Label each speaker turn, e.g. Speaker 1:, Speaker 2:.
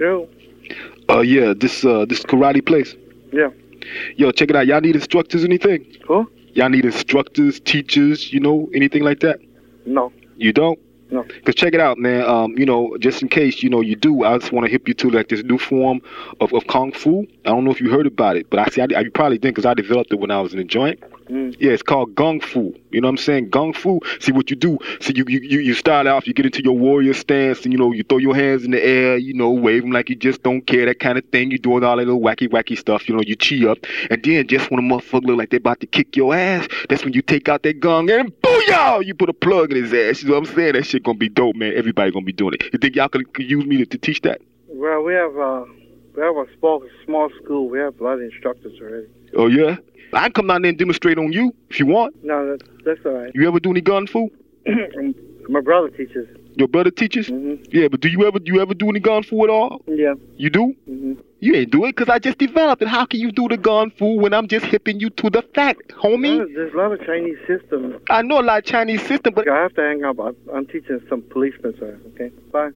Speaker 1: Yo.
Speaker 2: Uh, yeah, this uh, this karate place.
Speaker 1: Yeah.
Speaker 2: Yo, check it out. Y'all need instructors, anything?
Speaker 1: Who?
Speaker 2: Y'all need instructors, teachers, you know, anything like that?
Speaker 1: No.
Speaker 2: You don't?
Speaker 1: No.
Speaker 2: Cause check it out, man. Um, you know, just in case you know you do, I just want to hip you to like this new form of, of kung fu. I don't know if you heard about it, but I see. I, you probably did, cause I developed it when I was in the joint.
Speaker 1: Mm.
Speaker 2: Yeah, it's called gung fu. You know what I'm saying? Gung fu. See what you do. See you you you you start off. You get into your warrior stance, and you know you throw your hands in the air. You know, wave them like you just don't care. That kind of thing. You doing all that little wacky wacky stuff. You know, you chi up, and then just when a motherfucker look like they about to kick your ass, that's when you take out that gung and booyah! You put a plug in his ass. You know what I'm saying? That shit gonna be dope, man. Everybody gonna be doing it. You think y'all could, could use me to, to teach that?
Speaker 1: Well, we have uh, we have a small small school. We have a lot of instructors already.
Speaker 2: Oh yeah. I can come down there and demonstrate on you if you want.
Speaker 1: No, that's, that's all right.
Speaker 2: You ever do any gung fu?
Speaker 1: My brother teaches.
Speaker 2: Your brother teaches?
Speaker 1: hmm
Speaker 2: Yeah, but do you ever do you ever do any gun fu at all?
Speaker 1: Yeah.
Speaker 2: You do?
Speaker 1: hmm
Speaker 2: You ain't do it because I just developed it. How can you do the gun fu when I'm just hipping you to the fact, homie?
Speaker 1: There's a lot of Chinese systems.
Speaker 2: I know a lot of Chinese system, but
Speaker 1: I have to hang up. I'm, I'm teaching some policemen, sir. Okay. Bye.